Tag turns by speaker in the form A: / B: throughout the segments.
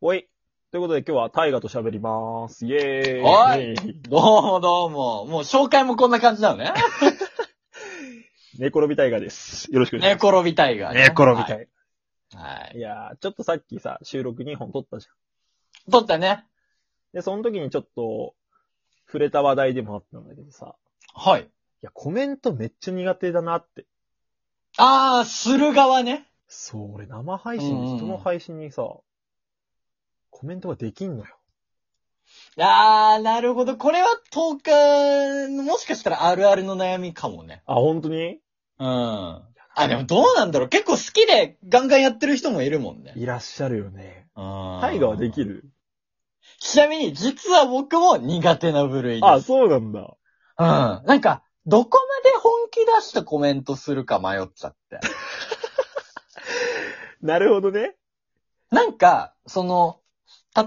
A: おい。ということで今日は大河と喋りまーす。イェーイ。
B: お
A: い。
B: どうもどうも。もう紹介もこんな感じな のね。
A: 寝転び大河です。よろしくお願
B: 寝
A: いし
B: 転びタイガ
A: ま
B: ー、
A: す。
B: ね。
A: タイ
B: ガー。はい。
A: いやー、ちょっとさっきさ、収録2本撮ったじゃ
B: 撮ったね。
A: ん。で、その時にちょっと、触れた話題でもあったんだけどさ、
B: はい。
A: いや、コメントめっちゃ苦手だなって。
B: あー、する側ね。
A: そう、俺生配
B: うんうんう
A: 信、
B: ん
A: 人の配信にさ、コメントができんのよ。
B: あー、なるほど。これは10日、もしかしたらあるあるの悩みかもね。
A: あ、本当に
B: うん。あ、でもどうなんだろう。結構好きでガンガンやってる人もいるもんね。
A: いらっしゃるよね。
B: タ
A: タイガーはできる
B: ちなみに、実は僕も苦手な部類です。
A: あ、そうなんだ。
B: うん。なんか、どこまで本気出してコメントするか迷っちゃって。
A: なるほどね。
B: なんか、その、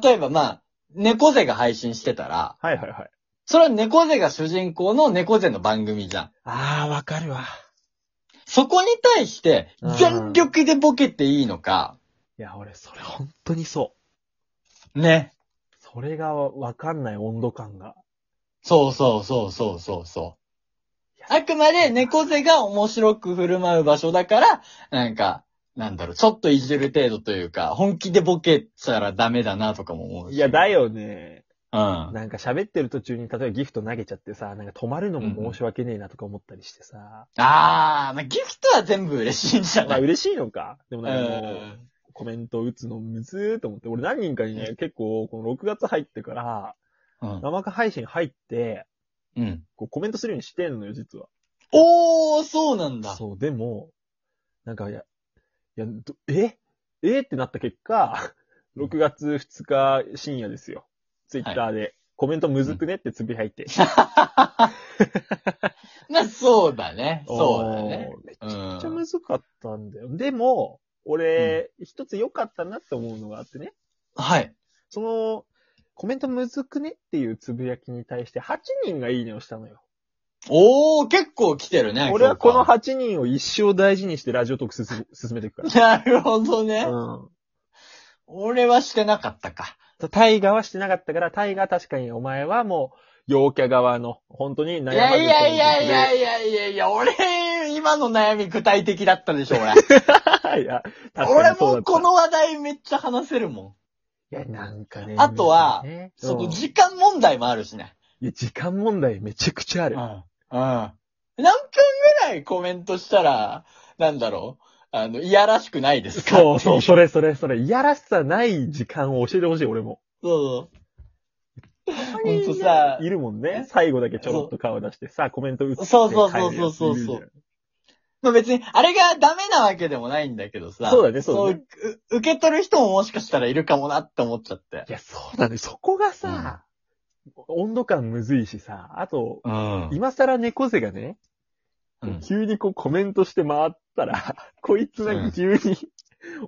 B: 例えばまあ、猫背が配信してたら、
A: はいはいはい。
B: それは猫背が主人公の猫背の番組じゃん。
A: あー、わかるわ。
B: そこに対して
A: うん、
B: 全力でボケていいのか、
A: いや、俺、それ本当にそう。
B: ね。
A: それがわかんない温度感が。
B: そうそうそうそうそうそう。あくまで猫背が面白く振る舞う場所だから、なんか、なんだろう、ちょっといじる程度というか、本気でボケたらダメだなとかも思うし。
A: いや、だ。よね。
B: うん。
A: なんか喋ってる途中に、例えばギフト投げちゃってさ、なんか止まるのも申し訳ねえなとか思ったりしてさ。
B: あー、まあ、ギフトは全部嬉しいんじゃ
A: ま
B: な
A: あ
B: い
A: 嬉しいのか。でもなんかもう
B: うん
A: コメント打つのむずーと思って、俺何人かにね、結構、この6月入ってから、
B: うん。
A: 生配信入って、
B: うん。
A: こうコメントするようにしてんのよ、実は。
B: おー、そうなんだ。
A: そう、でも、なんか、いや、いや、どええってなった結 果、6月2日深夜ですよ。ツイッターで、コメントむずくねってつぶや いて。
B: まあ、そうだね。そうだね。
A: おー。め
B: うん。
A: っちゃむずかったんだよ。でも、俺、一つ良かったなって思うのがあってね、
B: はい。
A: その、コメントむずくねっていうつぶやきに対して8人がいいねをしたのよ。
B: おー、結構来てるね。
A: 俺はこの
B: 評価
A: 8人を一生大事にしてラジオトークすす進めていくか
B: なるほど ね。
A: ら。うん。
B: 俺はしてなかったか。
A: タイガはしてなかったから、タイガ確かにお前はもう、陽キャ側の、本当に悩ま
B: い
A: ず
B: やいやいやいや
A: い
B: いやいやいや、俺、今の悩み具体的だったでしょ、俺。
A: や。いや、確か
B: 俺
A: にそうだ
B: もう
A: った
B: こ。の話題めっちゃ話せるも
A: いや、なんかね。
B: あとは
A: ね
B: ん。そ
A: うん
B: の
A: い
B: 時間問題もあるしね。
A: や、時間問題めちゃくちゃあ
B: う
A: る
B: ん。。うん。何分ぐらいコメントしたら、なんだろう。あの、いやらしくないですか
A: そうそう、
B: そう
A: それそれそれ。いやらしさない時間を教えてほしい、俺も。
B: そう。ほんとさ
A: いるもんね。最後だけちょろっと顔出してさ、コメント打って。
B: そうそうそうそうそう
A: 帰るやついるじゃん
B: まあ別に、あれがダメなわけでもないんだけどさ。
A: そうだねそうだね
B: そうう受け取る人ももしかしたらいるかもなって思っちゃって
A: い。や、そうだね。そこがさ、温度感むずいしさ、あと、
B: うん。
A: 今更猫背がね、
B: うん
A: 急にこうコメントして回ったら、 こいつなんか急に、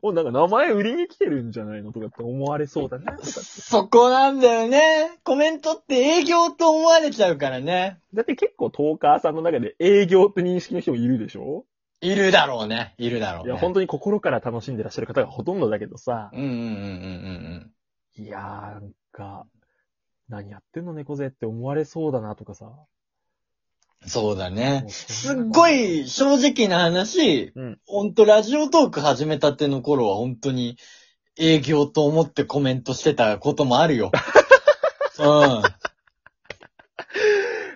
A: お、なんか名前売りに来てるんじゃないのとかって思われそうだなとか。
B: そこなんだよね。コメントって営業と思われちゃうからね。
A: だって結構トーカーさんの中で営業って認識の人もいるでしょ
B: いるだろうね。いるだろう、
A: い
B: ね。
A: や、本当に心から楽しんでらっしゃる方がほとんどだけどさ、
B: うんうんうんうんうん
A: いやー、なんか、何やってんの猫背って思われそうだなとかさ。
B: うん。そうだね
A: も。う
B: す
A: そ
B: っ
A: んな
B: ごい正直な話、
A: うん
B: ほんとラジオトーク始めたての頃は本当に営業と思ってコメントしてたこともあ るよ。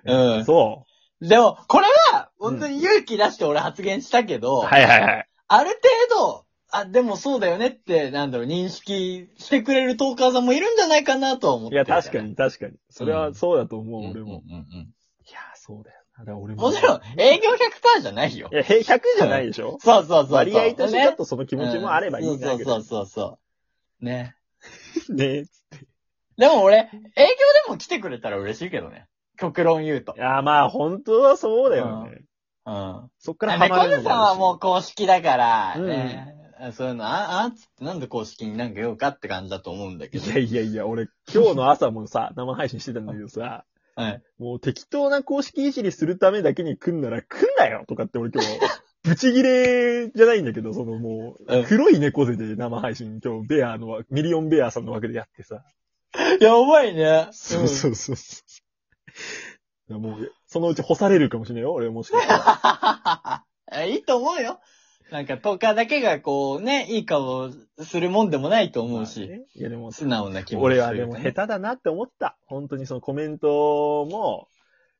B: うん。うん。
A: そ
B: でも、これは、本当に勇気出して俺発言したけ
A: う。
B: ど、
A: はいはいはい。
B: ある程度、あ、でもそうだよねって、なんだろう、認識してくれるトーカーさんもいるんじゃないかなとは思っ
A: い
B: てる、
A: や、確か。に確かに。それはそうだと思
B: う
A: う、
B: ん、
A: 俺も。
B: うんうん
A: いやー、そうだよな。だから俺
B: うん。
A: も。
B: もちろん、営業100%じゃないよ
A: い。や、へ100じゃないでしょ
B: そうそうそうそう。
A: 割合としてちょっ
B: ね
A: とその気持ちもあればいいんだけ
B: そ
A: ど
B: う。そうそうそう。ね。
A: ね
B: でも俺、営業でも来てくれたら嬉しいけどね。極論言うと
A: い。や、まあ、本当はそうだよね。
B: うん。
A: そっからハマ
B: 猫
A: るの
B: 背さんはもう公式だから、
A: うん
B: ね。そういうの、あ、あ、つってなんで公式になんか言おうかって感じだと思うんだけ
A: い
B: ど。
A: やいやいや、俺、今日の朝もさ、 生配信してたんだけどさ、
B: はい。
A: もう適当な公式いじりするためだけに来んなら来んなよとかって俺今日、ブチギレじゃないんだけど、そのも
B: う
A: う、
B: ん
A: 黒い猫背で生配信、今日、ベアのわ、ミリオンベアさんの枠でやってさ。
B: やばいね。。
A: そうそううそうそう。いやもう、そのうち干されるかもしれないよ、俺もしか したら。
B: いいと思うよ。なんか、ポカだけがこうね、いい顔するもんでもないと思う
A: まあ
B: し、
A: ねいやでも、
B: 素直な気持ち。
A: 俺はでも下手。だなって思った。本当にそのコメントも、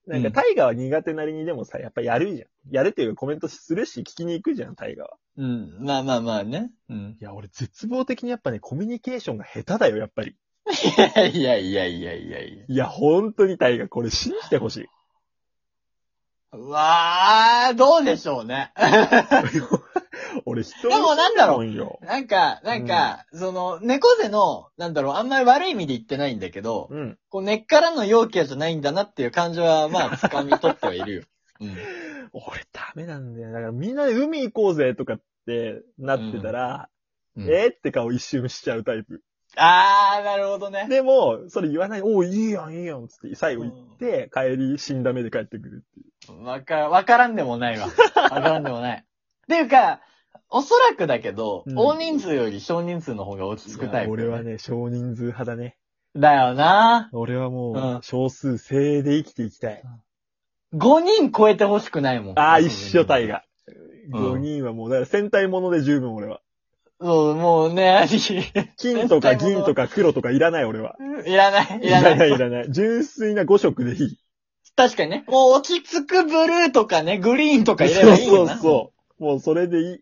A: なんかタイガは苦手なりにでもさ、やっぱやるじゃん。やるっていうかコメントするし、聞きに行くじゃん、タイガは。
B: うん。まあまあまあね。うん。
A: いや、俺絶望的にやっぱね、コミュニケーションが下手だよ、やっぱり。
B: いやいやいやいやいやいや。
A: いや、本当にタイガ、これ信じてほ しい。
B: うわー、どうでしょうね。
A: 俺人
B: でもなんだろう
A: うよ。
B: なんか、なんか、その、猫背の、なんだろう、あんまり悪い意味で言ってないんだけど、
A: うん。
B: こう、根っからの陽キャじゃないんだなっていう感じは、まあ、掴み取ってはいる よ。うん。
A: 俺ダメなんだよ。だからみんなで海行こうぜとかってなってたら、
B: うん
A: えーって顔一瞬しちゃうタイプ。
B: あー、なるほどね。
A: でも、それ言わない、おういいやん、いいやん、つって最後行って、帰り死んだ目で帰ってくるっていう。
B: わか、わからんでもないわ。わからんでもない。 っていうか、おそらくだけど、
A: うん
B: 大人数より少人数の方が落ち着くタイプ。
A: 俺は。ね、少人数派だね。
B: だよな。
A: 俺は
B: う
A: も
B: ん
A: う、少数精鋭で生きていきたい。
B: 5人超えてほしくないもん。
A: ああ、一緒体。が。
B: うん
A: 5人はもう、だから戦隊もので十分俺は。
B: そう、もうね、
A: 金とか銀とか黒とかいらない俺は。
B: いらない、い
A: い
B: ら
A: ら
B: な。
A: ないい、いらない。純粋な5色でいい。
B: 確かにね。もう落ち着くブルーとかね、グリーンとか入れればいい
A: そ
B: よ
A: うそ
B: な。
A: うそう。もうそれでいい。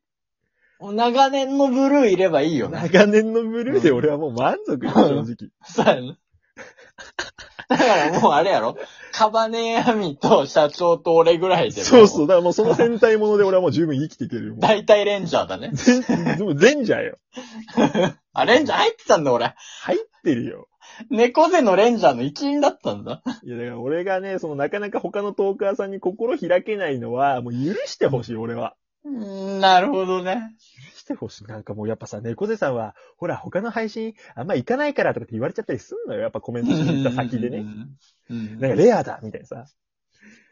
B: もう長年のブルー入ればいいよな。
A: 長年のブルーで俺はもう満足よ、
B: うん
A: 正直。
B: そうやな。だからもうあれやろカバネアミと社長と俺ぐらいで。
A: そうそう。
B: う。
A: だからもうその戦隊もので俺はもう十分生きていけるよ。もう
B: 大体レンジャーだね。
A: 全、でも全じゃよ。
B: あ、レンジャー入ってたんだ俺。
A: 入ってるよ。
B: 猫背のレンジャーの一員だったんだ。
A: いや、だから俺がね、そのなかなか他のトーカーさんに心開けないのは、もう許してほしい、俺は。
B: うんなるほどね。
A: 許してほしい。なんかもうやっぱさ、猫背さんは、ほら、他の配信あんま行かないからとかって言われちゃったりすんのよ。やっぱコメントしに行った先でね。
B: うん。うん。
A: なんかレアだ、みたいなさ。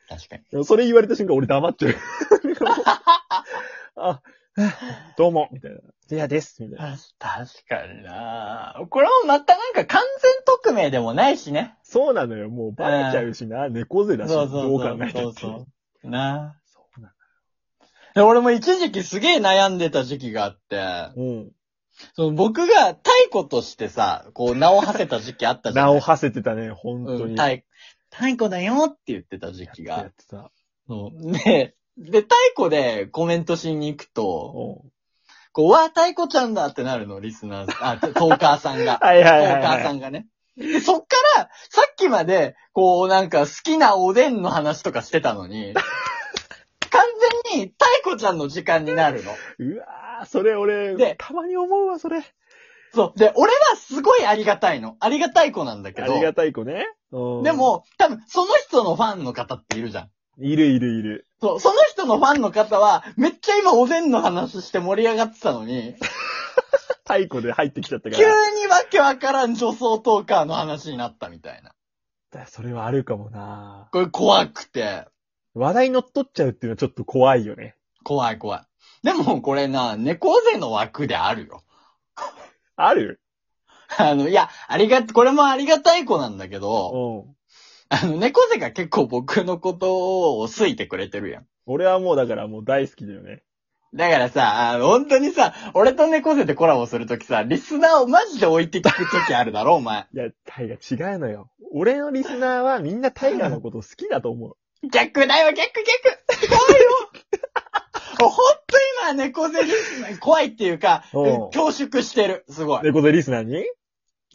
B: 確かに。
A: でもそれ言われた瞬間俺黙っちゃ う。あ、どうも、みたいな。レアです、みたいな。
B: 確かになこれもまたなんか完全匿名でもないしね。
A: そうなのよ。もうバレちゃうしな。猫背だし、
B: そうそう
A: どう
B: そう
A: 考えたって。
B: そうな
A: そうな
B: で俺も一時期すげえ悩んでた時期があって、
A: の。うん。
B: その僕が太鼓としてさ、こう名を馳せた時期あったじゃん。
A: 名を馳せてたね、本当
B: うん
A: に。
B: 太太鼓だよって言ってた時期
A: や
B: が
A: っ。てた。
B: そうで、で、太鼓でコメントしに行くと、
A: うん
B: こう、わあ、太鼓ちゃんだってなるの、リスナー、あ、トーカーさんが。
A: はいは
B: お
A: いはい
B: 母
A: は
B: さ
A: い。
B: んがね。で、そっから、さっきまで、こう、なんか好きなおでんの話とかしてた のに、完全に、太鼓ちゃんの時間になるの。
A: うわー、それ
B: で
A: 俺、たまに思うわ、それ。
B: そう。で、俺はすごいありがたいの。ありがたい子なんだけ
A: あ
B: ど
A: り、がたい子ね。うん
B: で、も、多分、その人のファンの方っているじゃん。
A: いるいるいる。
B: そう、その人のファンの方は、めっちゃ今おでんの話して盛り上がってたのに、
A: 太鼓で入ってきちゃったか
B: 急に
A: ら。
B: わけわからん女装トーカーの話になったみたいな。
A: だそれはあるかもな
B: これ怖くて、
A: 話題に乗っ取っちゃうっていうのはちょっと怖いよね。
B: 怖い怖い。でもこれな、猫背の枠であるよ。
A: ある
B: あの、いや、ありが、これもありがたい子なんだけ
A: う
B: ど、
A: ん。
B: あの、猫背が結構僕のことを好いてくれてるやん。
A: 俺はもうだからもう大好きだよね。
B: だからさ、あの本当にさ、俺と猫背でコラボするときさ、リスナーをマジで置いて聞くときあるだろ、お前。
A: いや、タイガ違うのよ。俺のリスナーはみんなタイガのこと好きだと思う。
B: 逆だよ、逆逆怖いよもう本当今、猫背リスナー、怖いっていうか、
A: うん
B: 恐縮してる。すごい。
A: 猫背リスナーに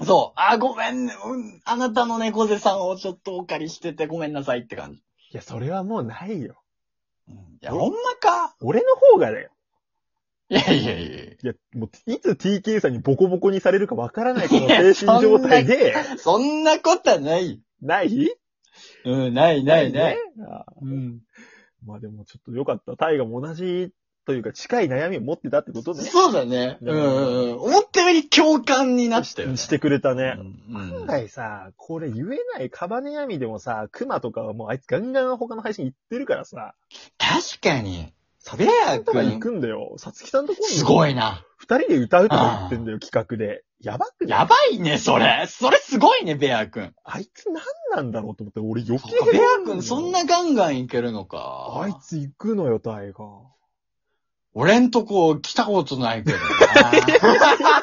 B: そう。あ、ごめんね、うん。あなたの猫背さんをちょっとお借りしててごめんなさいって感じ。
A: いや、それはもうないよ。
B: うんいや、ほんまか
A: 俺の方がだよ。
B: いやいやいやいや。
A: いや、もう、いつ TK さんにボコボコにされるかわからないこの精神状態で、
B: そんなことはない。
A: ない
B: うん、ないないない。。
A: ああ
B: うん。
A: まあでもちょっとよかった。タイガも同じというか近い悩みを持ってたってことね。
B: そうだね。うんうんうん。思ったより共感になったよね。
A: してくれたね
B: う。ん
A: 本来さ、これ言えないカバネヤミでもさ、クマとかはもうあいつガンガン他の配信行ってるからさ、
B: 確かに。
A: さつ
B: レ
A: きさ
B: ア
A: んとか
B: 君
A: 行くんだよ。さつきさんとこ
B: すご
A: い。
B: いな。
A: 二人で歌うとか言ってんだよ、企画で。やばくない
B: やばいね、それ。それすごいね、ベア君。
A: あいつ何なんだろうと思って、俺余
B: そ
A: 計
B: っかベア
A: 変
B: 君そん
A: な
B: なガンガンいけるのか。
A: の。あいつ行くのよ、タイガー。
B: 俺んとこ来たことないけどな。